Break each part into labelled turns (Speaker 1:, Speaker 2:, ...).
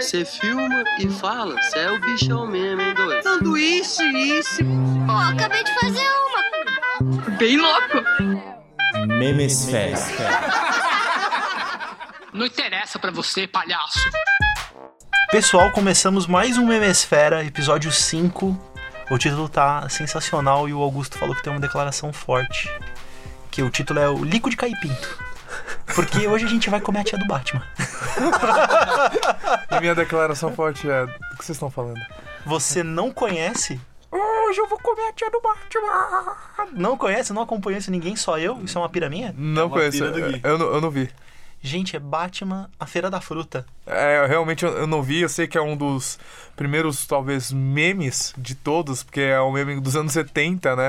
Speaker 1: Você filma e fala, você é o bichão mesmo, hein, doido?
Speaker 2: Sanduíche, isso.
Speaker 3: Ó, acabei de fazer uma.
Speaker 2: Bem louco.
Speaker 4: Memes Fest.
Speaker 5: Não interessa pra você, palhaço.
Speaker 4: Pessoal, começamos mais um Memesfera, episódio 5. O título tá sensacional e o Augusto falou que tem uma declaração forte. Que o título é o Lico de Caipinto. Porque hoje a gente vai comer a tia do Batman.
Speaker 6: E minha declaração forte é: do que vocês estão falando?
Speaker 4: Você não conhece? Hoje eu vou comer a tia do Batman. Não conhece? Não acompanha isso ninguém, só eu? Isso é uma pira minha?
Speaker 6: Não conheço.
Speaker 7: pira do Gui.
Speaker 6: Eu, não- eu não vi.
Speaker 4: Gente, é Batman, a Feira da Fruta.
Speaker 6: É, eu realmente eu eu não vi. Eu sei que é um dos primeiros, talvez, memes de todos, porque é um meme dos anos 70, né?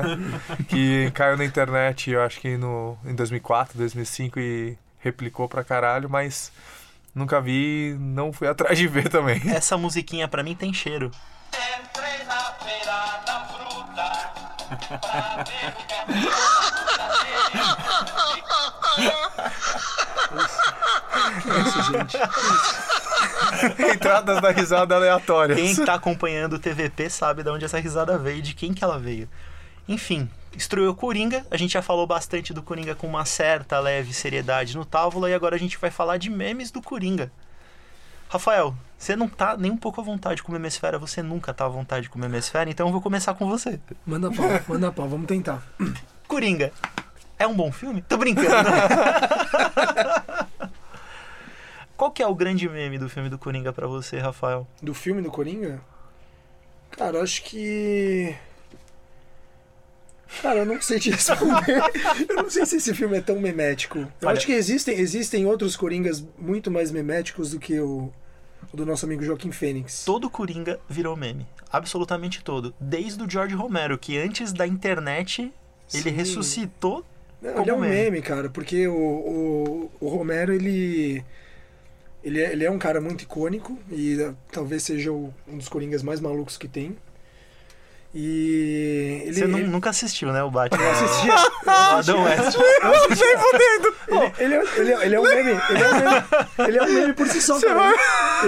Speaker 6: que caiu na internet, eu acho que no, em 2004, 2005 e replicou pra caralho, mas nunca vi, não fui atrás de ver também.
Speaker 4: Essa musiquinha pra mim tem cheiro.
Speaker 6: Entradas da risada aleatórias.
Speaker 4: Quem tá acompanhando o TVP sabe de onde essa risada veio, de quem que ela veio. Enfim, destruiu o Coringa. A gente já falou bastante do Coringa com uma certa leve seriedade no Távola e agora a gente vai falar de memes do Coringa. Rafael, você não tá nem um pouco à vontade com memesfera, você nunca tá à vontade com memesfera, então eu vou começar com você.
Speaker 8: Manda pau, manda pau, vamos tentar.
Speaker 4: Coringa, é um bom filme? Tô brincando. Qual que é o grande meme do filme do Coringa pra você, Rafael?
Speaker 8: Do filme do Coringa? Cara, acho que. Cara, eu não sei te responder. eu não sei se esse filme é tão memético. Eu
Speaker 4: Olha-
Speaker 8: acho que existem, existem outros Coringas muito mais meméticos do que o, o do nosso amigo Joaquim Fênix.
Speaker 4: todo Coringa virou meme. Absolutamente todo. Desde o George Romero, que antes da internet ele
Speaker 8: Sim.
Speaker 4: ressuscitou.
Speaker 8: Não,
Speaker 4: como
Speaker 8: ele é um
Speaker 4: meme.
Speaker 8: meme, cara, porque o, o, o Romero, ele. Ele é, ele é um cara muito icônico e eh, talvez seja o- um dos Coringas mais malucos que tem. E. Ele,
Speaker 4: Você nu-
Speaker 8: ele-
Speaker 4: nunca assistiu, né, o Batman? Ah,
Speaker 8: Eu assistia-
Speaker 4: Adam West.
Speaker 8: Ele, é- ele, é- ele é um meme. Ele é um meme, ele é um meme por si só. cara. Ele,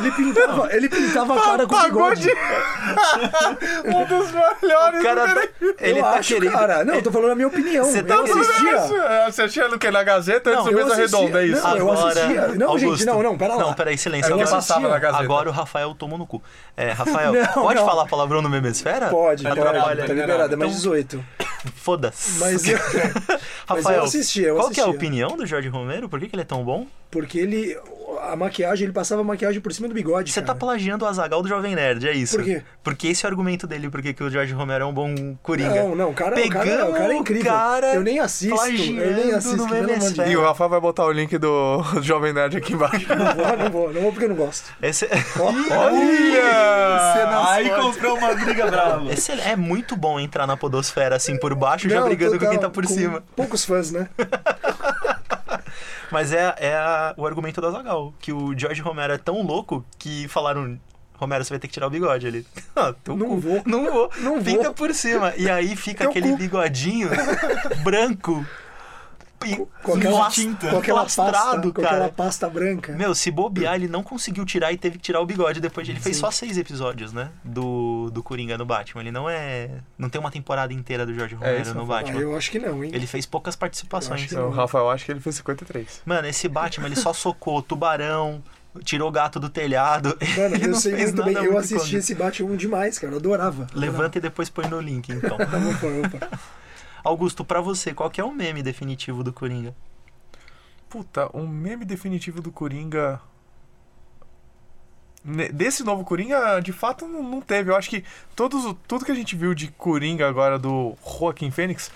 Speaker 8: ele pintava, ele pintava a cara com bigode.
Speaker 6: um dos melhores.
Speaker 4: O cara tá- ele
Speaker 8: eu
Speaker 4: tá
Speaker 8: acho,
Speaker 4: querendo.
Speaker 8: cara. Não, eu tô falando a minha opinião.
Speaker 4: Você tá
Speaker 8: eu
Speaker 4: falando
Speaker 8: assistia.
Speaker 6: É, Você achou no que? Na Gazeta
Speaker 4: Não,
Speaker 6: antes do
Speaker 8: eu
Speaker 6: Mesa
Speaker 8: assistia.
Speaker 6: Redonda, é isso?
Speaker 8: Não, eu
Speaker 4: Agora-
Speaker 8: assistia. Não,
Speaker 4: Augusto.
Speaker 8: gente, não, não, pera lá.
Speaker 4: Não, peraí, silêncio.
Speaker 6: Era o que
Speaker 4: Agora-
Speaker 6: passava na Gazeta.
Speaker 4: Agora o Rafael tomou no cu. É, Rafael,
Speaker 8: Não,
Speaker 4: pode
Speaker 8: não.
Speaker 4: falar palavrão no Memesfera?
Speaker 8: Pode, pode,
Speaker 4: Atrapalha.
Speaker 8: tá liberado, é mais
Speaker 4: Então-
Speaker 8: 18.
Speaker 4: Foda-se.
Speaker 8: Mas eu,
Speaker 4: Rafael,
Speaker 8: eu assistia, eu
Speaker 4: qual que é a
Speaker 8: assistia.
Speaker 4: opinião do Jorge Romero? Por que, que ele é tão bom?
Speaker 8: porque ele. A maquiagem, ele passava a maquiagem por cima do bigode.
Speaker 4: Você tá
Speaker 8: cara.
Speaker 4: plagiando o Azagal do Jovem Nerd, é isso.
Speaker 8: Por quê?
Speaker 4: Porque esse é o argumento dele, porque que o Jorge Romero é um bom coringa.
Speaker 8: Não, não, o cara, o
Speaker 4: Pegamos
Speaker 8: cara, o cara é incrível.
Speaker 4: o cara
Speaker 8: eu nem assisto, eu nem
Speaker 4: plagiando
Speaker 8: assisto,
Speaker 4: no
Speaker 8: pelo amor de
Speaker 4: MSF.
Speaker 8: Deus.
Speaker 6: E o Rafa vai botar o link do Jovem Nerd aqui embaixo.
Speaker 8: Não vou, não vou, não vou porque eu não gosto.
Speaker 4: Esse... é,
Speaker 6: Olha!
Speaker 7: Aí comprou uma briga
Speaker 8: Tá
Speaker 7: brava.
Speaker 4: Esse é muito bom entrar na podosfera assim por baixo, já
Speaker 8: Não,
Speaker 4: brigando
Speaker 8: total,
Speaker 4: com quem tá por
Speaker 8: com
Speaker 4: cima.
Speaker 8: Poucos fãs, né?
Speaker 4: Mas é, é a- o argumento do Azagal, que o Jorge Romero é tão louco que falaram. Romero, você vai ter que tirar o bigode ali. Ah, teu
Speaker 8: Não
Speaker 4: cu.
Speaker 8: vou.
Speaker 4: Não vou.
Speaker 8: Não
Speaker 4: Pinta
Speaker 8: vou.
Speaker 4: por cima. E aí fica
Speaker 8: Teu
Speaker 4: aquele
Speaker 8: cu.
Speaker 4: bigodinho branco. e
Speaker 8: Com aquela
Speaker 4: plas-
Speaker 7: tinta.
Speaker 8: com aquela
Speaker 4: plastrado,
Speaker 8: pasta, com
Speaker 4: cara.
Speaker 8: aquela pasta branca.
Speaker 4: Meu, se bobear, ele não conseguiu tirar e teve que tirar o bigode depois. Ele fez só seis episódios, né? Do, do Coringa no Batman. Ele não é. Não tem uma temporada inteira do Jorge Romero
Speaker 6: isso
Speaker 4: no
Speaker 8: Ah,
Speaker 4: Batman.
Speaker 8: eu acho que não, hein?
Speaker 4: Ele fez poucas participações.
Speaker 6: O Então, Rafa, eu acho que ele fez 53.
Speaker 4: Mano, esse Batman, ele só socou tubarão, tirou o gato do telhado.
Speaker 8: Mano,
Speaker 4: ele
Speaker 8: eu
Speaker 4: não
Speaker 8: sei
Speaker 4: fez
Speaker 8: muito
Speaker 4: nada
Speaker 8: bem. Eu
Speaker 4: muito
Speaker 8: assisti
Speaker 4: icônico.
Speaker 8: esse Batman demais, cara. Eu adorava.
Speaker 4: Levanta e depois põe no link, então.
Speaker 8: Opa, opa.
Speaker 4: Augusto, pra você, qual que é o meme definitivo do Coringa?
Speaker 6: Puta, um meme definitivo do Coringa. Ne- Desse novo Coringa, de fato, não não teve. Eu acho que todos, o- tudo que a gente viu de Coringa agora do Joaquim Fênix,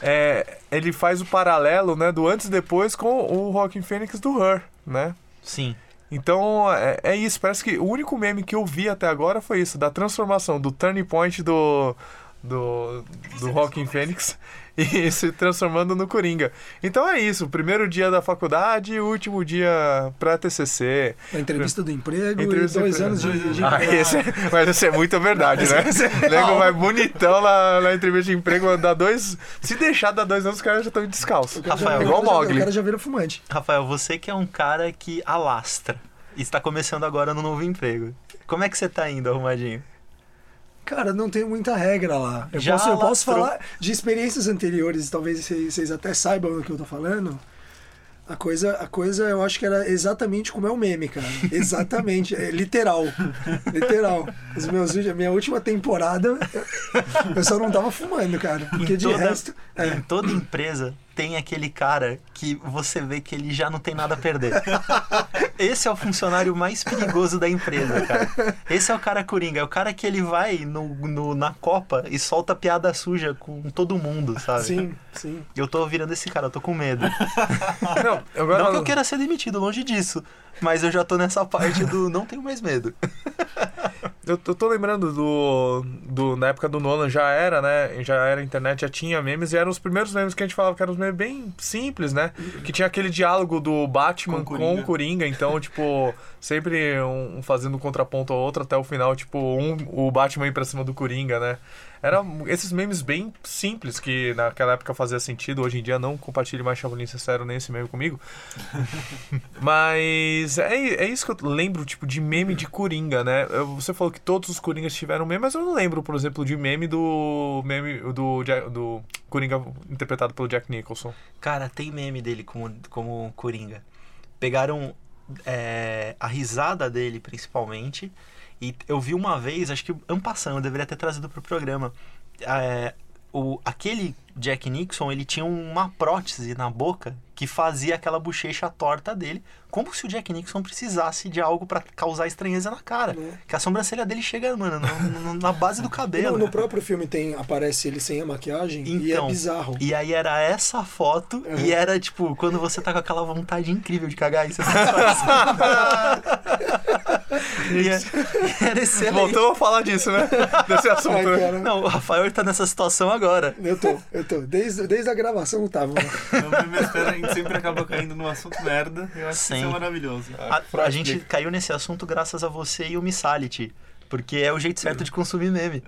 Speaker 6: é, ele faz o paralelo né, do antes e depois com o Joaquim Fênix do Her, né?
Speaker 4: Sim.
Speaker 6: Então, é, é isso. Parece que o único meme que eu vi até agora foi isso, da transformação do turning point do. do. do Rockin' Fênix e se transformando no Coringa. Então é isso. Primeiro dia da faculdade e último dia pra TCC.
Speaker 8: A entrevista do emprego
Speaker 6: Entrevista
Speaker 8: e
Speaker 6: do
Speaker 8: dois
Speaker 6: emprego.
Speaker 8: anos de... de...
Speaker 6: Ah, esse é- mas isso é muito verdade, né?
Speaker 4: é
Speaker 6: O nego vai bonitão na, na entrevista de emprego, dá dois. Se deixar, dá dois anos, os caras já estão descalços.
Speaker 4: Rafael,
Speaker 8: o cara
Speaker 6: igual
Speaker 8: já-
Speaker 6: Mogli.
Speaker 8: O cara já vira fumante.
Speaker 4: Rafael, você que é um cara que alastra. E está começando agora no novo emprego. Como é que você tá indo, arrumadinho?
Speaker 8: Cara, não tem muita regra lá. Eu
Speaker 4: Já
Speaker 8: posso, eu posso
Speaker 4: lastrou.
Speaker 8: falar de experiências anteriores, talvez vocês vocês até saibam do que eu tô falando. A coisa, a coisa eu acho que era exatamente como é o meme, cara. Exatamente. É literal. Literal. Os meus vídeos, a minha última temporada, eu só não tava fumando, cara. Porque
Speaker 4: Em
Speaker 8: de
Speaker 4: toda-
Speaker 8: resto. é.
Speaker 4: Em toda empresa tem aquele cara que você vê que ele já não tem nada a perder. Esse é o funcionário mais perigoso da empresa, cara. Esse é o cara coringa. É o cara que ele vai no, no- na Copa e solta piada suja com todo mundo, sabe?
Speaker 8: Sim, sim.
Speaker 4: Eu tô virando esse cara, eu tô com medo.
Speaker 6: Não, agora
Speaker 4: Não que eu queira ser demitido, longe disso. Mas eu já tô nessa parte do não tenho mais medo.
Speaker 6: Eu, eu tô lembrando do, do. Na época do Nolan já era, né? Já era internet, já tinha memes, e eram os primeiros memes que a gente falava que eram os memes bem simples, né? Que tinha aquele diálogo do Batman com
Speaker 7: Com o
Speaker 6: o
Speaker 7: Coringa.
Speaker 6: Coringa, então, tipo, sempre um fazendo contraponto ao outro até o final, tipo, um o Batman ir pra cima do Coringa, né? Eram esses memes bem simples que naquela época fazia sentido, hoje em dia não compartilhe mais Chapolin Sincero nem esse meme comigo. Mas é, é isso que eu lembro, tipo, de meme de Coringa, né? Eu- Você falou que todos os Coringas tiveram meme, mas eu não lembro, por exemplo, de meme do. meme do, Ja- do Coringa interpretado pelo Jack Nicholson.
Speaker 4: Cara, tem meme dele como, como Coringa. Pegaram é, a risada dele, principalmente. E eu vi uma vez, acho que ampassando, eu deveria ter trazido pro programa. É, o, aquele Jack Nixon, ele tinha uma prótese na boca que fazia aquela bochecha torta dele, como se o Jack Nixon precisasse de algo pra causar estranheza na cara.
Speaker 8: Né?
Speaker 4: Que a sobrancelha dele chega, mano, no- no- na base do
Speaker 8: E
Speaker 4: cabelo.
Speaker 8: No, no próprio filme tem, aparece ele sem a maquiagem e é
Speaker 4: Então,
Speaker 8: bizarro.
Speaker 4: E aí era essa foto e
Speaker 6: É.
Speaker 4: era tipo, quando você tá com aquela vontade incrível de cagar aí, você tá e é- era excelente.
Speaker 6: Voltamos a falar disso, né? Desse
Speaker 8: Ai,
Speaker 6: assunto. né?
Speaker 8: cara,
Speaker 4: Não, o Rafael ele tá nessa situação agora.
Speaker 8: Eu tô, eu tô. Desde, desde a gravação eu tava.
Speaker 7: Então, bem-mestre, a gente sempre acaba caindo num assunto merda. Eu acho que
Speaker 4: Sim.
Speaker 7: isso é maravilhoso.
Speaker 4: A, a gente caiu nesse assunto graças a você e o Missality. Porque é o jeito certo de consumir meme.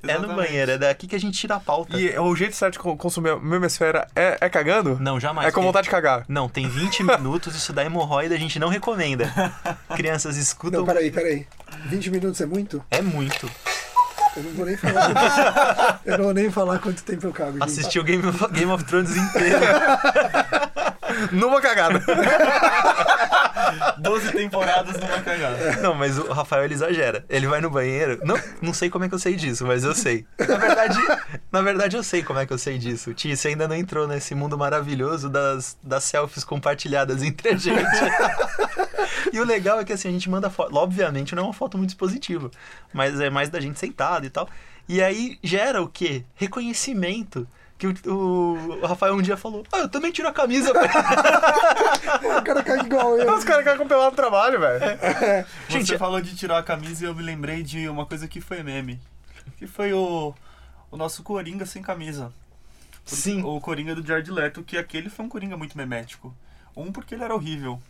Speaker 4: É no
Speaker 7: Exatamente.
Speaker 4: banheiro, é daqui que a gente tira a pauta.
Speaker 6: E é o jeito certo de co- consumir a memesfera é, é cagando?
Speaker 4: Não, jamais.
Speaker 6: É com vontade de cagar.
Speaker 4: Não, tem 20 minutos, isso dá hemorroida, a gente não recomenda. Crianças, escutam.
Speaker 8: Não, peraí, peraí. 20 minutos é muito?
Speaker 4: É muito.
Speaker 8: Eu não vou nem falar. eu não vou nem falar quanto tempo eu cago. gente.
Speaker 4: Assistiu Game of, Game of Thrones inteiro.
Speaker 6: Numa cagada.
Speaker 7: 12 temporadas numa cagada.
Speaker 4: Não, mas o Rafael ele exagera. Ele vai no banheiro. Não, não sei como é que eu sei disso, mas eu sei. Na verdade, na verdade eu sei como é que eu sei disso. Ti, você ainda não entrou nesse mundo maravilhoso das, das selfies compartilhadas entre a gente. e o legal é que assim, a gente manda foto. Obviamente não é uma foto muito expositiva, mas é mais da gente sentado e tal. E aí gera o quê? Reconhecimento. Que o, o Rafael um dia falou: Ah, eu também tiro a camisa.
Speaker 8: Ah, O cara caga igual eu.
Speaker 6: Os caras cagam pelado no trabalho, velho.
Speaker 7: Você
Speaker 4: Gente,
Speaker 7: falou de tirar a camisa e eu me lembrei de uma coisa que foi meme. Que foi o, o nosso Coringa sem camisa. O-
Speaker 4: Sim.
Speaker 7: O Coringa do Jared Leto, que aquele foi um Coringa muito memético. Um, porque ele era horrível.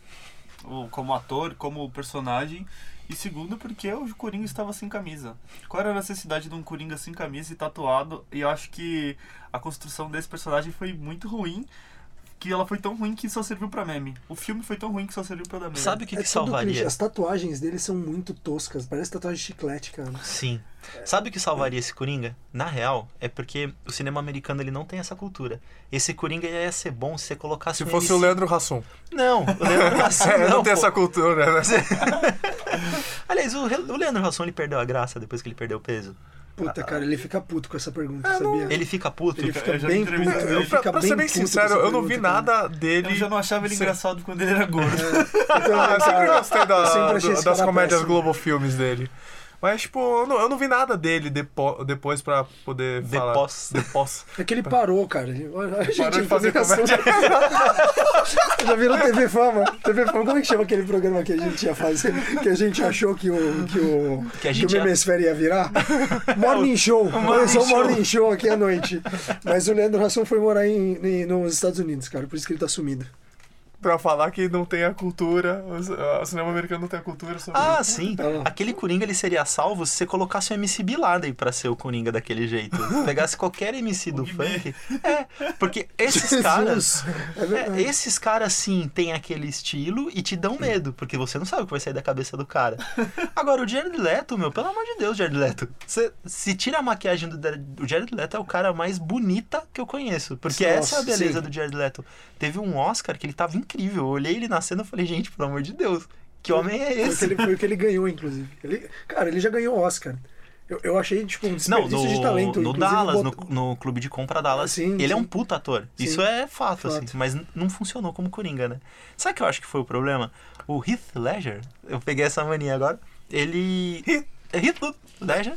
Speaker 7: o- Como ator, como personagem. E segundo, porque o Coringa estava sem camisa. Qual era a necessidade de um Coringa sem camisa e tatuado? E eu acho que a construção desse personagem foi muito ruim. Que ela foi tão ruim que só serviu pra meme. O filme foi tão ruim que só serviu pra dar meme.
Speaker 4: Sabe o que, que
Speaker 8: É tudo clichê.
Speaker 4: salvaria?
Speaker 8: As tatuagens dele são muito toscas. Parece tatuagem de chiclete, cara.
Speaker 4: Sim. Sabe o que salvaria esse Coringa? Na real, é porque o cinema americano ele não tem essa cultura. Esse Coringa ia ser bom se você colocasse
Speaker 6: Se
Speaker 4: um
Speaker 6: fosse
Speaker 4: MC.
Speaker 6: o Leandro Hassum.
Speaker 4: Não, o Leandro Hassum
Speaker 6: É, não,
Speaker 4: não,
Speaker 6: tem
Speaker 4: pô.
Speaker 6: essa cultura, né?
Speaker 4: Aliás, o, Re- o Leandro Hassum ele perdeu a graça depois que ele perdeu o peso.
Speaker 8: Puta, cara, ele fica puto com essa pergunta, sabia?
Speaker 4: Ele fica puto.
Speaker 8: Ele fica
Speaker 7: Eu já
Speaker 8: bem puto.
Speaker 7: entrevistei
Speaker 8: Ele
Speaker 7: ele.
Speaker 6: pra,
Speaker 8: fica
Speaker 6: pra
Speaker 8: bem
Speaker 6: ser bem
Speaker 8: puto com essa
Speaker 6: sincero, eu não vi
Speaker 8: pergunta, cara.
Speaker 6: nada dele.
Speaker 7: Eu já não achava ele
Speaker 6: Sim.
Speaker 7: engraçado quando ele era gordo.
Speaker 8: Então,
Speaker 6: Ah, eu sempre
Speaker 8: cara,
Speaker 6: gostei da-
Speaker 8: eu sempre achei
Speaker 6: do-
Speaker 8: esse
Speaker 6: das
Speaker 8: cara
Speaker 6: comédias
Speaker 8: péssimo.
Speaker 6: Globo Filmes dele. Mas, tipo, eu não, eu não vi nada dele depo- depois pra poder falar.
Speaker 4: Depós.
Speaker 6: Depós.
Speaker 8: É que ele parou, cara. Ele, a gente
Speaker 6: Parou de fazer
Speaker 8: esse assunto. Já virou TV Fama? TV Fama, como é que chama aquele programa que a gente ia fazer? Que a gente achou que o, que o,
Speaker 4: Que a gente
Speaker 8: o
Speaker 4: ia-
Speaker 8: Memesfera ia virar? Morning Show. Começou o Morning Show aqui à noite. Mas o Leandro Hassum foi morar em, em- nos Estados Unidos, cara. Por isso que ele tá sumido.
Speaker 6: pra falar que não tem a cultura, o- o cinema americano não tem a cultura sobre
Speaker 4: Ah, sim.
Speaker 8: Tá.
Speaker 4: Aquele Coringa ele seria salvo se você colocasse um o MC Bilada pra ser o Coringa daquele jeito. Se pegasse qualquer MC do funk. É, porque esses caras.
Speaker 8: É
Speaker 4: é,
Speaker 8: verdade.
Speaker 4: esses caras sim têm aquele estilo e te dão medo, porque você não sabe o que vai sair da cabeça do cara. Agora, o Jared Leto, meu, pelo amor de Deus, Jared Leto. Você, se tira a maquiagem do Jared, o Jared Leto, é o cara mais bonita que eu conheço. Porque
Speaker 8: Nossa,
Speaker 4: essa é a beleza
Speaker 8: sim.
Speaker 4: do Jared Leto. Teve um Oscar que ele tava incrível. Eu olhei ele na cena e falei, gente, pelo amor de Deus, que homem é
Speaker 8: Foi o que
Speaker 4: esse?
Speaker 8: ele, foi o que ele ganhou, inclusive. Ele, cara, ele já ganhou o Oscar. Eu, eu achei, tipo, um
Speaker 4: Não,
Speaker 8: desperdício
Speaker 4: no,
Speaker 8: de talento.
Speaker 4: no
Speaker 8: Inclusive,
Speaker 4: Dallas,
Speaker 8: bot-
Speaker 4: no, no clube de compra Dallas,
Speaker 8: Sim,
Speaker 4: ele é
Speaker 8: sim.
Speaker 4: um puta ator.
Speaker 8: Sim.
Speaker 4: Isso é fato, assim.
Speaker 8: Fato.
Speaker 4: Mas n- não funcionou como Coringa, né? Sabe o que eu acho que foi o problema? O Heath Ledger, eu peguei essa mania agora, ele... é Heath Ledger,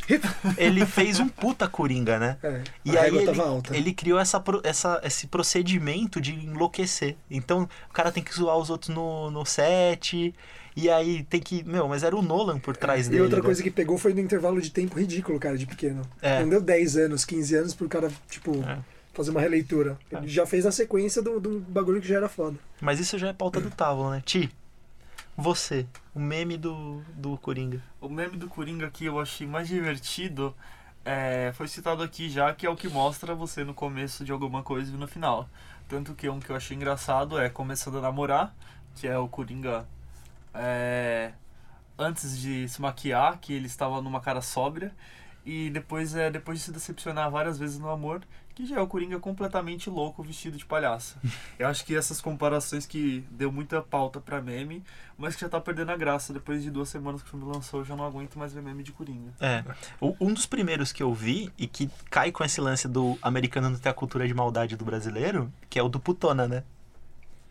Speaker 4: ele fez um puta Coringa, né?
Speaker 8: É,
Speaker 4: E
Speaker 8: a
Speaker 4: aí
Speaker 8: régua
Speaker 4: ele,
Speaker 8: tava alta.
Speaker 4: ele criou essa, pro- essa- esse procedimento de enlouquecer. Então o cara tem que zoar os outros no, no set, e aí tem que... Meu, mas era o Nolan por trás
Speaker 8: E
Speaker 4: dele.
Speaker 8: outra
Speaker 4: né?
Speaker 8: coisa que pegou foi no intervalo de tempo ridículo, cara, de pequeno.
Speaker 4: É.
Speaker 8: Não deu 10 anos, 15 anos pro cara, tipo,
Speaker 4: É.
Speaker 8: fazer uma releitura. Ele já fez na sequência de um de um bagulho que já era foda.
Speaker 4: Mas isso já é pauta do Távola, né? Ti, você, o meme do, do Coringa.
Speaker 7: O meme do Coringa que eu achei mais divertido é, foi citado aqui já, que é o que mostra você no começo de alguma coisa e no final. Tanto que um que eu achei engraçado é começando a namorar, que é o Coringa é, antes de se maquiar, que ele estava numa cara sóbria. E depois é depois de se decepcionar várias vezes no amor, que já é o Coringa completamente louco vestido de palhaço. Eu acho que essas comparações que deu muita pauta pra meme mas que já tá perdendo a graça. Depois de duas semanas que o filme lançou, eu já não aguento mais ver meme de Coringa.
Speaker 4: É. O- Um dos primeiros que eu vi e que cai com esse lance do americano não ter a cultura de maldade do brasileiro, que é o do Putona, né?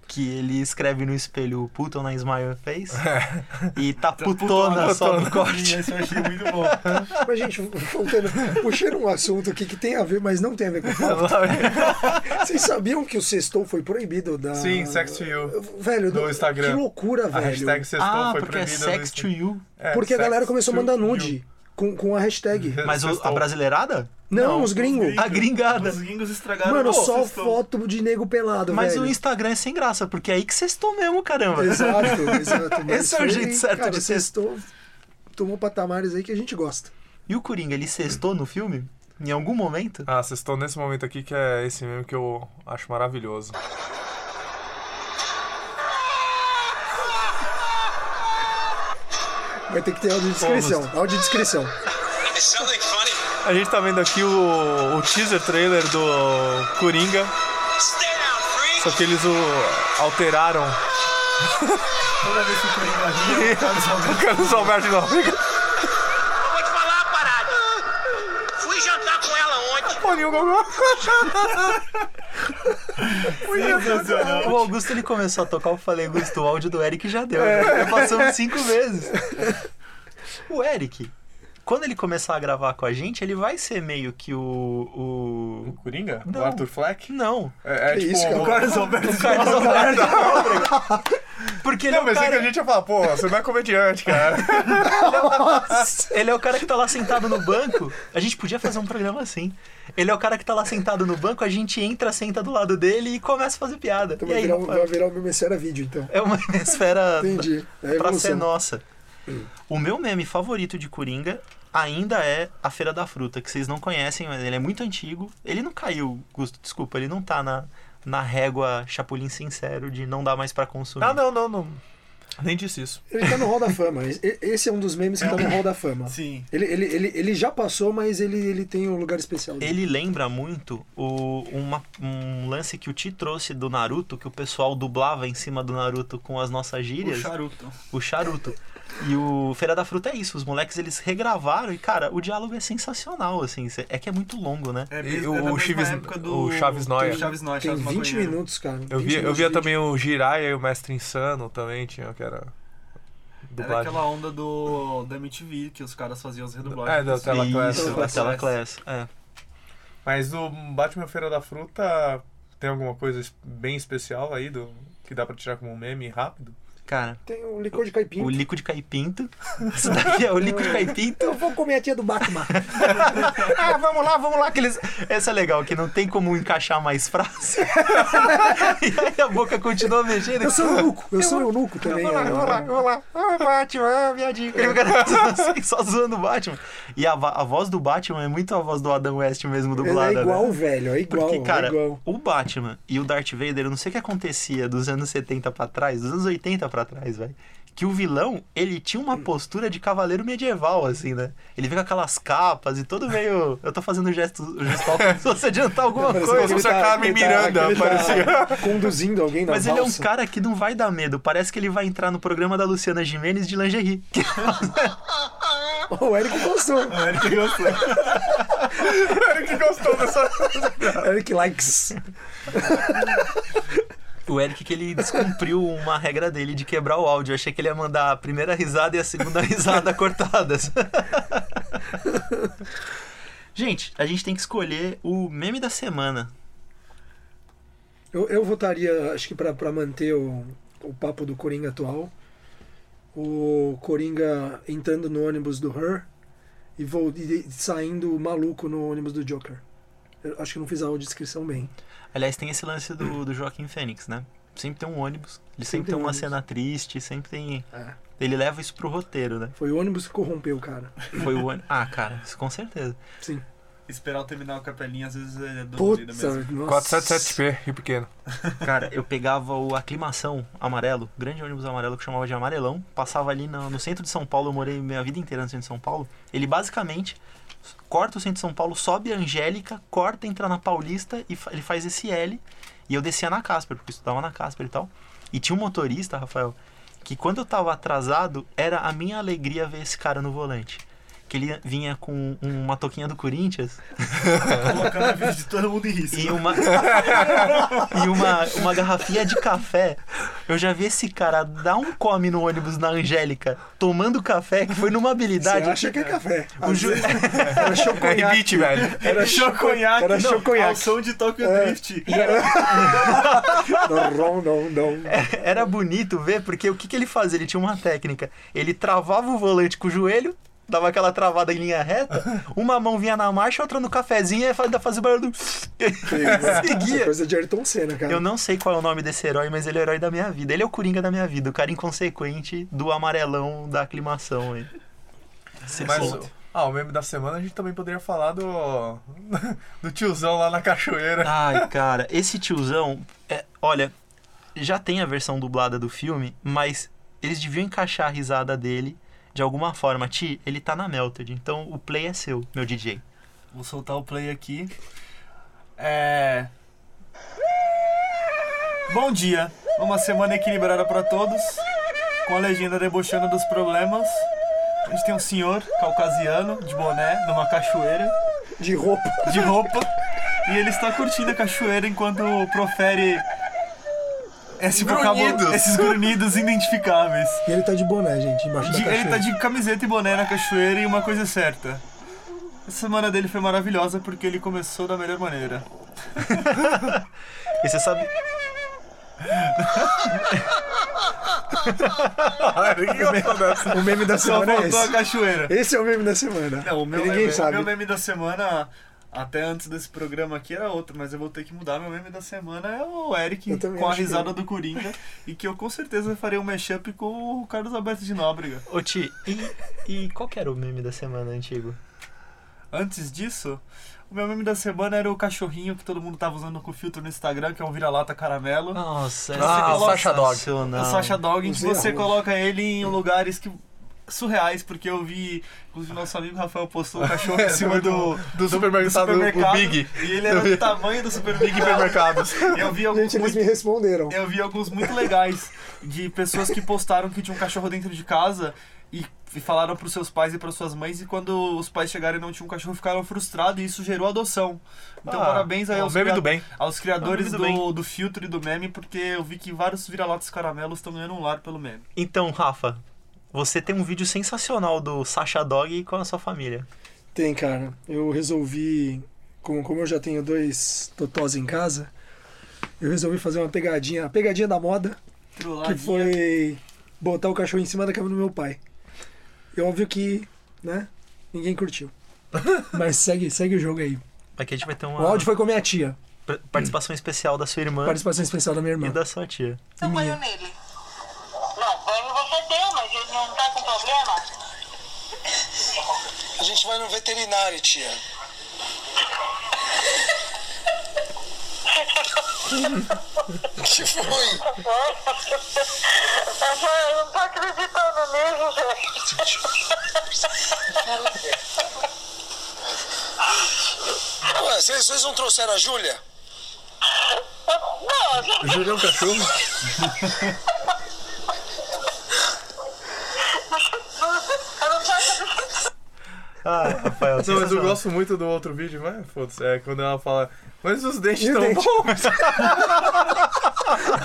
Speaker 4: Que ele escreve no espelho Putona is my face e tá putona só no corte.
Speaker 7: Esse eu achei muito bom.
Speaker 8: Mas, gente, voltando, puxando um assunto aqui que tem a ver, mas não tem a ver com pauta. Vocês sabiam que o sextou foi proibido da...
Speaker 6: Sim, sex to you.
Speaker 8: Velho,
Speaker 6: No
Speaker 8: do-
Speaker 6: Instagram.
Speaker 8: que loucura,
Speaker 6: A
Speaker 8: velho.
Speaker 6: hashtag sextou
Speaker 4: Ah,
Speaker 6: foi
Speaker 4: porque é
Speaker 6: proibida. no
Speaker 4: sex to
Speaker 6: Instagram.
Speaker 4: you.
Speaker 6: É,
Speaker 8: Porque a
Speaker 6: sex
Speaker 8: galera começou a
Speaker 6: to
Speaker 8: mandar
Speaker 6: you.
Speaker 8: nude com, com a hashtag.
Speaker 4: Mas o- a
Speaker 6: Sextou.
Speaker 4: brasileirada?
Speaker 8: Não, os gringos.
Speaker 4: A gringada.
Speaker 7: Os gringos estragaram
Speaker 8: Mano,
Speaker 7: o
Speaker 8: só
Speaker 7: sexto.
Speaker 8: foto de nego pelado,
Speaker 4: Mas
Speaker 8: velho.
Speaker 4: o Instagram é sem graça, porque é aí que vocês estão mesmo, caramba.
Speaker 8: Exato, exato. mas
Speaker 4: Esse é o
Speaker 8: foi-
Speaker 4: jeito certo
Speaker 8: cara,
Speaker 4: de
Speaker 8: o sextou tomou patamares aí que a gente gosta.
Speaker 4: E o Coringa, ele cestou no filme? Em algum momento?
Speaker 6: Ah, vocês estão nesse momento aqui que é esse meme que eu acho maravilhoso.
Speaker 8: Vai ter que ter audiodescrição. Audiodescrição.
Speaker 6: A gente tá vendo aqui o, o teaser trailer do Coringa. Só que eles o, alteraram.
Speaker 7: Toda vez que o Coringa ria, o cara só vê-
Speaker 6: O Carlos Alberto
Speaker 9: Eu
Speaker 6: não.
Speaker 9: vou te falar uma parada. Fui jantar com ela ontem.
Speaker 6: Boninho Gogó.
Speaker 7: Sensacional.
Speaker 4: O Augusto ele começou a tocar, eu falei, Augusto, o áudio do Eric já deu.
Speaker 8: É.
Speaker 4: né? Já passamos cinco vezes. O Eric, quando ele começar a gravar com a gente, ele vai ser meio que o.
Speaker 6: Coringa?
Speaker 4: Não.
Speaker 6: O Arthur Fleck?
Speaker 4: o... Não.
Speaker 6: É, é
Speaker 8: Que
Speaker 6: tipo.
Speaker 8: isso, cara?
Speaker 6: o-
Speaker 7: O Carlos Alberto
Speaker 4: Carlos Alberto Nóbrega. Porque ele
Speaker 6: Não,
Speaker 4: é o
Speaker 6: mas é que
Speaker 4: cara.
Speaker 6: a gente ia falar, pô, você não é comediante, cara.
Speaker 4: Ele é o cara que tá lá sentado no banco. A gente podia fazer um programa assim. Ele é o cara que tá lá sentado no banco, a gente entra, senta do lado dele e começa a fazer piada.
Speaker 8: Então
Speaker 4: e
Speaker 8: vai,
Speaker 4: aí,
Speaker 8: virar, um-
Speaker 4: Rafael?
Speaker 8: vai virar uma mesera vídeo, então.
Speaker 4: É uma esfera
Speaker 8: Entendi. É a
Speaker 4: pra
Speaker 8: evolução.
Speaker 4: ser nossa. O meu meme favorito de Coringa ainda é a Feira da Fruta, que vocês não conhecem, mas ele é muito antigo. Ele não caiu, Gusto, desculpa, ele não tá na, na régua Chapolin Sincero de não dá mais pra consumir.
Speaker 6: Ah, não, não, não. Nem disse isso.
Speaker 8: Ele tá no Hall da Fama. E- Esse é um dos memes que tá no Hall da Fama.
Speaker 7: Sim.
Speaker 8: Ele, ele, ele, ele já passou, mas ele, ele tem um lugar especial. dele.
Speaker 4: Ele lembra muito o, uma- um lance que o Ti trouxe do Naruto, que o pessoal dublava em cima do Naruto com as nossas
Speaker 7: O
Speaker 4: gírias.
Speaker 7: charuto.
Speaker 4: o charuto. E o Feira da Fruta é isso, os moleques eles regravaram e, cara, o diálogo é sensacional, assim, cê- é que é muito longo, né?
Speaker 7: É,
Speaker 6: E
Speaker 7: mesmo-
Speaker 6: o
Speaker 7: é da mesma
Speaker 6: Chives-
Speaker 7: época do-
Speaker 6: o Chaves Noia.
Speaker 7: do Chaves Noia,
Speaker 8: Tem
Speaker 7: Chaves
Speaker 8: 20
Speaker 7: Maconheiro.
Speaker 8: minutos, cara.
Speaker 6: Eu
Speaker 8: 20
Speaker 6: vi, eu
Speaker 8: minutos
Speaker 6: via
Speaker 8: de
Speaker 6: também o Jiraiya e o Mestre Insano também, tinha que era.
Speaker 7: Era
Speaker 6: Dublagem.
Speaker 7: aquela É onda do, da MTV, que os caras faziam as redublagens.
Speaker 6: É, da
Speaker 7: dos
Speaker 6: Tela
Speaker 7: filmes.
Speaker 6: Class.
Speaker 4: Isso, da Tela Class. É.
Speaker 6: Mas o Batman Feira da Fruta tem alguma coisa es- bem especial aí do que dá pra tirar como um meme rápido?
Speaker 4: cara?
Speaker 8: Tem um licor de caipinha.
Speaker 4: O lico de caipinto. Isso daqui é o lico de caipinto.
Speaker 8: Eu vou comer a tia do Batman.
Speaker 4: Ah, vamos lá, vamos lá. Aqueles... Essa é legal, que não tem como encaixar mais frase. e aí a boca continua mexendo.
Speaker 8: Eu sou um eunuco. Eu sou eunuco também.
Speaker 4: Vamos lá,
Speaker 8: é.
Speaker 4: vamos lá, vamos lá. Ah, Batman, ah, viadinho. Ele fica assim, só zoando o Batman. E a, va- a voz do Batman é muito a voz do Adam West mesmo,
Speaker 8: Ele
Speaker 4: dublada.
Speaker 8: é igual,
Speaker 4: né?
Speaker 8: velho. É igual.
Speaker 4: Porque, cara,
Speaker 8: é igual.
Speaker 4: o Batman e o Darth Vader, eu não sei o que acontecia dos anos 70 pra trás, dos anos 80 pra trás, velho. Que o vilão, ele tinha uma postura de cavaleiro medieval, assim, né? Ele vem com aquelas capas e todo meio. Eu tô fazendo gesto gestual como se fosse adiantar alguma
Speaker 8: Parece
Speaker 4: coisa.
Speaker 8: que ele
Speaker 6: fosse a Carmen
Speaker 8: ele
Speaker 6: Miranda,
Speaker 8: ele tá conduzindo alguém na
Speaker 4: Mas ele é um
Speaker 8: valsa.
Speaker 4: cara que não vai dar medo. Parece que ele vai entrar no programa da Luciana Jimenez de lingerie.
Speaker 8: O Eric gostou.
Speaker 7: O Eric gostou.
Speaker 6: Ele que gostou dessa.
Speaker 8: Eric likes.
Speaker 4: O Eric que ele descumpriu uma regra dele de quebrar o áudio. Eu achei que ele ia mandar a primeira risada e a segunda risada cortadas. gente, a gente tem que escolher o meme da semana.
Speaker 8: Eu, eu votaria, acho que pra, pra manter o, o papo do Coringa atual, o Coringa entrando no ônibus do Her e, vol- e saindo maluco no ônibus do Joker. Eu acho que não fiz a audiodescrição bem.
Speaker 4: Aliás, tem esse lance do, do Joaquim Fênix, né? Sempre tem um ônibus, ele sempre,
Speaker 8: Sempre um
Speaker 4: tem uma
Speaker 8: ônibus.
Speaker 4: cena triste, sempre tem.
Speaker 8: É.
Speaker 4: Ele leva isso pro roteiro, né?
Speaker 8: Foi o ônibus que corrompeu o cara.
Speaker 4: Foi o ônibus. Ah, cara, isso com certeza.
Speaker 8: Sim.
Speaker 7: Esperar eu terminar o capelinha, às vezes é
Speaker 8: Puta,
Speaker 7: dolorido mesmo.
Speaker 8: nossa.
Speaker 6: 477p e pequeno.
Speaker 4: Cara, eu pegava o Aclimação amarelo, grande ônibus amarelo que chamava de Amarelão, passava ali no, no centro de São Paulo, eu morei minha vida inteira no centro de São Paulo. Ele basicamente corta o centro de São Paulo, sobe a Angélica, corta, entra na Paulista e fa- ele faz esse L. E eu descia na Casper, porque eu estudava na Casper e tal. E tinha um motorista, Rafael, que quando eu tava atrasado, era a minha alegria ver esse cara no volante. Que ele vinha com um, uma toquinha do Corinthians
Speaker 7: Colocando a vida de todo mundo em risco.
Speaker 4: e uma e uma, uma garrafinha de café. Eu já vi esse cara dar um come no ônibus na Angélica, tomando café, que foi numa
Speaker 8: Você
Speaker 4: habilidade.
Speaker 8: acha que é café?
Speaker 4: O Ju-
Speaker 8: Era
Speaker 6: É
Speaker 8: choconhaque.
Speaker 6: rebite, velho.
Speaker 8: Era
Speaker 7: Choconhaque.
Speaker 8: Era
Speaker 7: Não, Ao
Speaker 8: choconhaque.
Speaker 7: som de Tokyo Drift.
Speaker 4: é,
Speaker 8: Não, não, não.
Speaker 4: Era bonito ver, porque o que, que ele fazia? Ele tinha uma técnica. Ele travava o volante com o joelho, dava aquela travada em linha reta, uma mão vinha na marcha, outra no cafezinho, e aí fazia fazia o barulho do...
Speaker 8: Essa
Speaker 4: Seguia.
Speaker 8: coisa de Ayrton Senna, cara.
Speaker 4: Eu não sei qual é o nome desse herói, mas ele é o herói da minha vida. Ele é o Coringa da minha vida, o cara inconsequente do amarelão da aclimação aí. Você
Speaker 6: Mas,
Speaker 4: solta.
Speaker 6: ah, o meme da semana a gente também poderia falar do. do tiozão lá na cachoeira.
Speaker 4: Ai, cara, esse tiozão. é, olha, já tem a versão dublada do filme, mas eles deviam encaixar a risada dele de alguma forma. Ti, ele tá na Melted, então o play é seu, meu DJ.
Speaker 7: Vou soltar o play aqui. É. Bom dia. Uma semana equilibrada pra todos. Com a legenda debochando dos problemas. A gente tem um senhor caucasiano de boné numa cachoeira,
Speaker 8: De roupa.
Speaker 7: de roupa, e ele está curtindo a cachoeira enquanto profere esse vocabulário,
Speaker 6: Grunhidos.
Speaker 7: esses grunhidos identificáveis.
Speaker 8: E ele tá de boné, gente, embaixo
Speaker 7: De-
Speaker 8: da
Speaker 7: ele
Speaker 8: caixinha.
Speaker 7: tá de camiseta e boné na cachoeira e uma coisa é certa. A semana dele foi maravilhosa porque ele começou da melhor maneira.
Speaker 4: E você sabe.
Speaker 8: O meme da
Speaker 7: Só
Speaker 8: semana é
Speaker 7: faltou a
Speaker 8: esse.
Speaker 7: cachoeira.
Speaker 8: Esse é o meme da semana.
Speaker 7: Não, o meu,
Speaker 8: Ninguém
Speaker 7: meme,
Speaker 8: sabe.
Speaker 7: meu meme da semana, até antes desse programa aqui, era outro, mas eu vou ter que mudar. Meu meme da semana é o Eric
Speaker 8: Eu também
Speaker 7: com a
Speaker 8: acho que
Speaker 7: risada
Speaker 8: é.
Speaker 7: do Coringa e que eu com certeza farei um mashup com o Carlos Alberto de Nóbrega.
Speaker 4: Ô, Ti, e, e qual que era o meme da semana antigo?
Speaker 7: Antes disso, o meu meme da semana era o cachorrinho que todo mundo tava usando com filtro no Instagram, que é um vira-lata caramelo.
Speaker 4: Nossa,
Speaker 6: Ah,
Speaker 4: é
Speaker 6: o Sasha Dog.
Speaker 4: sensacional.
Speaker 7: O Sasha Dog, em que
Speaker 8: Usei
Speaker 7: você
Speaker 8: arroz.
Speaker 7: coloca ele em lugares que surreais, porque eu vi, inclusive nosso amigo Rafael postou o cachorro em cima do,
Speaker 6: do supermercado, do
Speaker 7: supermercado,
Speaker 6: Big.
Speaker 7: e ele era
Speaker 6: Eu vi.
Speaker 7: do tamanho do
Speaker 6: Big
Speaker 7: supermercado.
Speaker 6: Supermercados.
Speaker 7: Eu vi alguns
Speaker 8: Gente, eles
Speaker 7: muito,
Speaker 8: me responderam.
Speaker 7: eu vi alguns muito legais de pessoas que postaram que tinha um cachorro dentro de casa e e falaram pros seus pais e para suas mães e quando os pais chegaram e não tinham um cachorro ficaram frustrados e isso gerou adoção. Então
Speaker 6: Ah,
Speaker 7: parabéns aí
Speaker 6: o
Speaker 7: aos
Speaker 6: meme
Speaker 7: cria-
Speaker 6: do bem.
Speaker 7: aos criadores
Speaker 4: Ah,
Speaker 7: do,
Speaker 4: muito
Speaker 7: do, filtro e do meme, porque eu vi que vários vira-latas caramelos estão ganhando um lar pelo meme.
Speaker 4: Então, Rafa, você tem um vídeo sensacional do Sasha Dog com a sua família.
Speaker 8: Tem, cara. Eu resolvi, como, como eu já tenho dois totós em casa, eu resolvi fazer uma pegadinha, a pegadinha da moda, que
Speaker 7: Trolladinha.
Speaker 8: foi botar o cachorro em cima da cama do meu pai. E óbvio que, né? Ninguém curtiu. Mas segue, segue o jogo aí.
Speaker 4: Aqui a gente vai ter
Speaker 8: O
Speaker 4: uma
Speaker 8: áudio foi com a minha tia.
Speaker 4: pa- participação especial da sua irmã
Speaker 8: Participação especial da
Speaker 4: e
Speaker 8: minha irmã.
Speaker 4: da sua tia.
Speaker 8: E minha.
Speaker 10: nele. Não, banho você deu, mas ele não tá com problema.
Speaker 11: A gente vai no veterinário, tia. que foi?
Speaker 10: Eu já- eu não tô acreditando nisso, gente.
Speaker 11: Ué, vocês, vocês não trouxeram a Júlia?
Speaker 10: Não, gente,
Speaker 6: Júlio é um cachorro?
Speaker 10: eu não tô acreditando.
Speaker 4: Ah, Rafael,
Speaker 6: Não, mas eu
Speaker 4: sensacional.
Speaker 6: gosto muito do outro vídeo, mas foda-se. É quando ela fala, mas os dentes
Speaker 8: E o
Speaker 6: estão
Speaker 8: dente?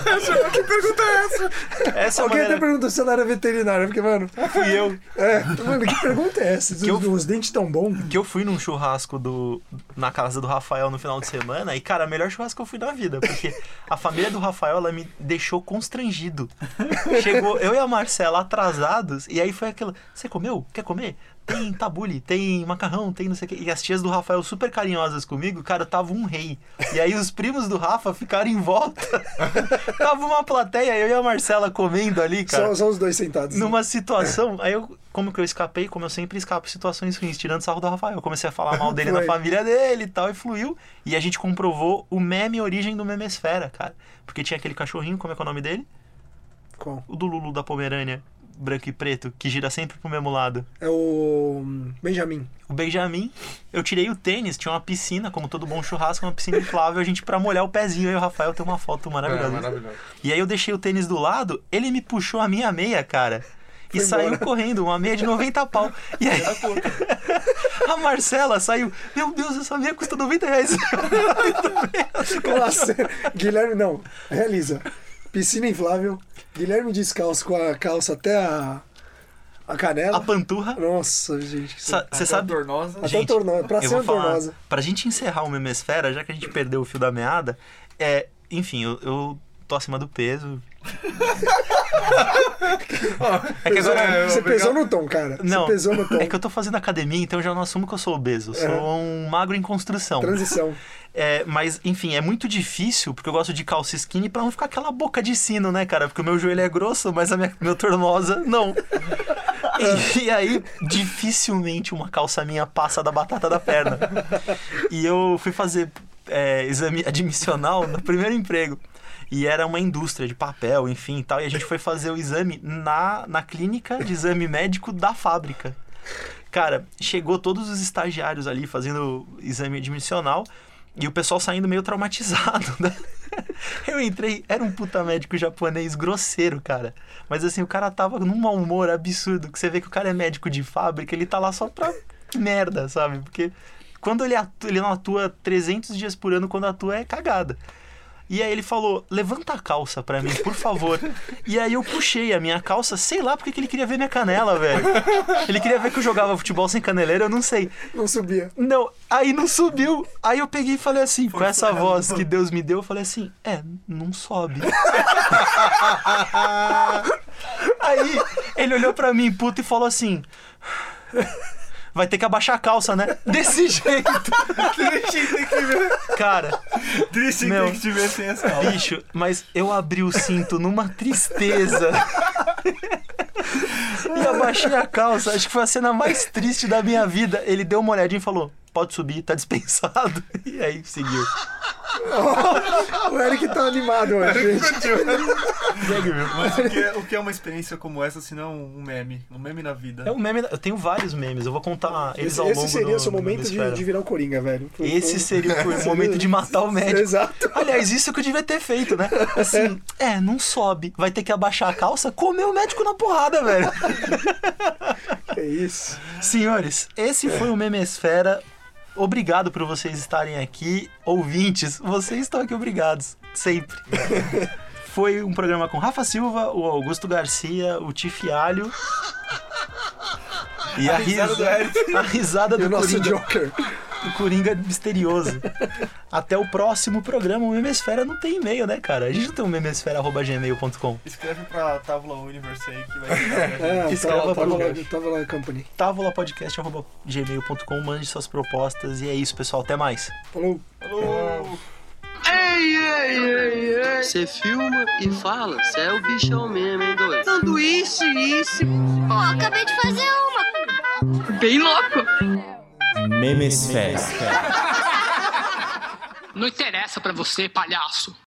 Speaker 6: bons. Eu- que pergunta é essa?
Speaker 4: Essa é a
Speaker 8: Alguém até
Speaker 4: maneira
Speaker 8: perguntou se ela era veterinária, porque, mano.
Speaker 4: que eu
Speaker 8: É, mano, que pergunta é essa? Os,
Speaker 4: eu-
Speaker 8: os dentes tão bons.
Speaker 4: que eu fui num churrasco do na casa do Rafael no final de semana e cara, o melhor churrasco que eu fui na vida, porque a família do Rafael ela me deixou constrangido. Chegou eu e a Marcela atrasados e aí foi aquilo, você comeu? Quer comer? Tem tabule, tem macarrão, tem não sei o quê. E as tias do Rafael super carinhosas comigo, cara, eu tava um rei. E aí os primos do Rafa ficaram em volta. tava uma plateia, eu e a Marcela comendo ali, cara
Speaker 8: Só, só os dois sentados.
Speaker 4: numa situação. Aí eu, como que eu escapei, como eu sempre escapo situações ruins, tirando sarro do Rafael. Eu comecei a falar mal dele da
Speaker 8: Foi.
Speaker 4: família dele e tal, e fluiu. E a gente comprovou o meme origem do Memesfera, cara. Porque tinha aquele cachorrinho, como é que é o nome dele?
Speaker 8: Qual?
Speaker 4: O do Lulu da Pomerânia, branco e preto, que gira sempre pro mesmo lado.
Speaker 8: É o. hum, Benjamin.
Speaker 4: O Benjamin, eu tirei o tênis, tinha uma piscina, como todo bom churrasco, uma piscina inflável, a gente pra molhar o pezinho. Aí o Rafael tem uma foto maravilhosa.
Speaker 6: É, maravilhoso.
Speaker 4: E aí eu deixei o tênis do lado, ele me puxou a minha meia, cara. E saiu correndo, uma meia de 90 pau. E aí. A Marcela saiu. Meu Deus, essa meia custa 90 reais.
Speaker 8: Com a cena- Guilherme, não. Realiza. Piscina inflável. Guilherme descalço com a calça até a. A
Speaker 4: A
Speaker 8: canela.
Speaker 4: panturra.
Speaker 8: Nossa, gente. que
Speaker 4: Sa- Você sabe.
Speaker 7: Tornosa.
Speaker 8: Até
Speaker 4: Gente,
Speaker 8: tornosa, pra
Speaker 4: eu
Speaker 8: cima
Speaker 4: vou falar,
Speaker 8: tornosa.
Speaker 4: Pra gente encerrar o Memesfera, já que a gente perdeu o fio da meada, é, enfim, eu, eu tô acima do peso. é que agora.
Speaker 6: É,
Speaker 8: Você
Speaker 6: obrigado.
Speaker 8: pesou no tom, cara.
Speaker 4: Não,
Speaker 8: Você pesou no tom.
Speaker 4: é que eu tô fazendo academia, então eu já não assumo que eu sou obeso. Eu sou
Speaker 8: É.
Speaker 4: um magro em construção.
Speaker 8: Transição.
Speaker 4: É, mas, enfim, é muito difícil, porque eu gosto de calça skinny pra não ficar aquela boca de sino, né, cara? Porque o meu joelho é grosso, mas a minha, meu tornosa, não. E, e aí, dificilmente uma calça minha passa da batata da perna. E eu fui fazer é, exame admissional no primeiro emprego. E era uma indústria de papel, enfim e tal. E a gente foi fazer o exame na, na clínica de exame médico da fábrica. Cara, chegou todos os estagiários ali fazendo exame admissional e o pessoal saindo meio traumatizado. Né? Eu entrei, era um puta médico japonês grosseiro, cara. Mas assim, o cara tava num mau humor absurdo, que você vê que o cara é médico de fábrica, ele tá lá só pra merda, sabe? Porque quando ele, atua, ele não atua 300 dias por ano, quando atua é cagada. E aí ele falou, levanta a calça pra mim, por favor. e aí eu puxei a minha calça, sei lá porque que ele queria ver minha canela, velho. Ele queria ver que eu jogava futebol sem caneleira, eu não sei.
Speaker 8: Não subia.
Speaker 4: Não, aí não subiu. Aí eu peguei e falei assim, com essa voz que Deus me deu, eu falei assim, é, não sobe. aí ele olhou pra mim, puto, e falou assim. Vai ter que abaixar a calça, né? Desse jeito. Cara,
Speaker 7: Triste
Speaker 4: Meu.
Speaker 7: que que tivesse essa aula.
Speaker 4: bicho, mas eu abri o cinto numa tristeza. e abaixei a calça. Acho que foi a cena mais triste da minha vida. Ele deu uma olhadinha e falou: pode subir, tá dispensado. E aí seguiu.
Speaker 8: O Eric tá animado hoje, gente.
Speaker 7: Mas o que, é, o que é uma experiência como essa, se não um meme? Um meme na vida.
Speaker 4: É um meme. Eu tenho vários memes, eu vou contar eles
Speaker 8: Esse,
Speaker 4: ao longo
Speaker 8: esse seria
Speaker 4: é do,
Speaker 8: o seu
Speaker 4: do
Speaker 8: momento de,
Speaker 4: Hemisfera.
Speaker 8: de virar o Coringa, velho. Foi-
Speaker 4: Esse
Speaker 8: foi-
Speaker 4: seria o momento de matar o médico.
Speaker 8: Exato.
Speaker 4: Aliás, isso que eu devia ter feito, né? Assim, é, não sobe. Vai ter que abaixar a calça, comer o médico na porrada, velho.
Speaker 8: É isso.
Speaker 4: Senhores, esse foi o Memesfera. Obrigado por vocês estarem aqui. Ouvintes, vocês estão aqui obrigados. Sempre. Foi um programa com Rafa Silva, o Augusto Garcia, o Tifialho. E a,
Speaker 7: risada do Eric.
Speaker 4: a risada
Speaker 8: E
Speaker 4: do
Speaker 8: o nosso
Speaker 4: Coringa.
Speaker 8: Joker.
Speaker 4: O Coringa é misterioso. Até o próximo programa. O Memesfera não tem e-mail, né, cara? A gente não tem um memesfera.gmail.com.
Speaker 7: Escreve pra Távola Universe aí que vai chegar. pra
Speaker 8: É,
Speaker 7: gente.
Speaker 4: Escreva
Speaker 8: tava,
Speaker 4: pro
Speaker 8: tava, lá,
Speaker 4: lugar.
Speaker 8: tava lá company.
Speaker 4: Távolapodcast.gmail.com. Mande suas propostas. E é isso, pessoal. Até mais.
Speaker 8: Falou.
Speaker 7: Falou!
Speaker 2: Ei, ei, ei, ei.
Speaker 1: Cê filma e fala, cê é o bichão mesmo, hein, doido?
Speaker 2: Sanduíche, isso.
Speaker 3: Pô, acabei de fazer uma.
Speaker 2: Bem louco.
Speaker 12: Memes Fest.
Speaker 5: Não interessa pra você, palhaço.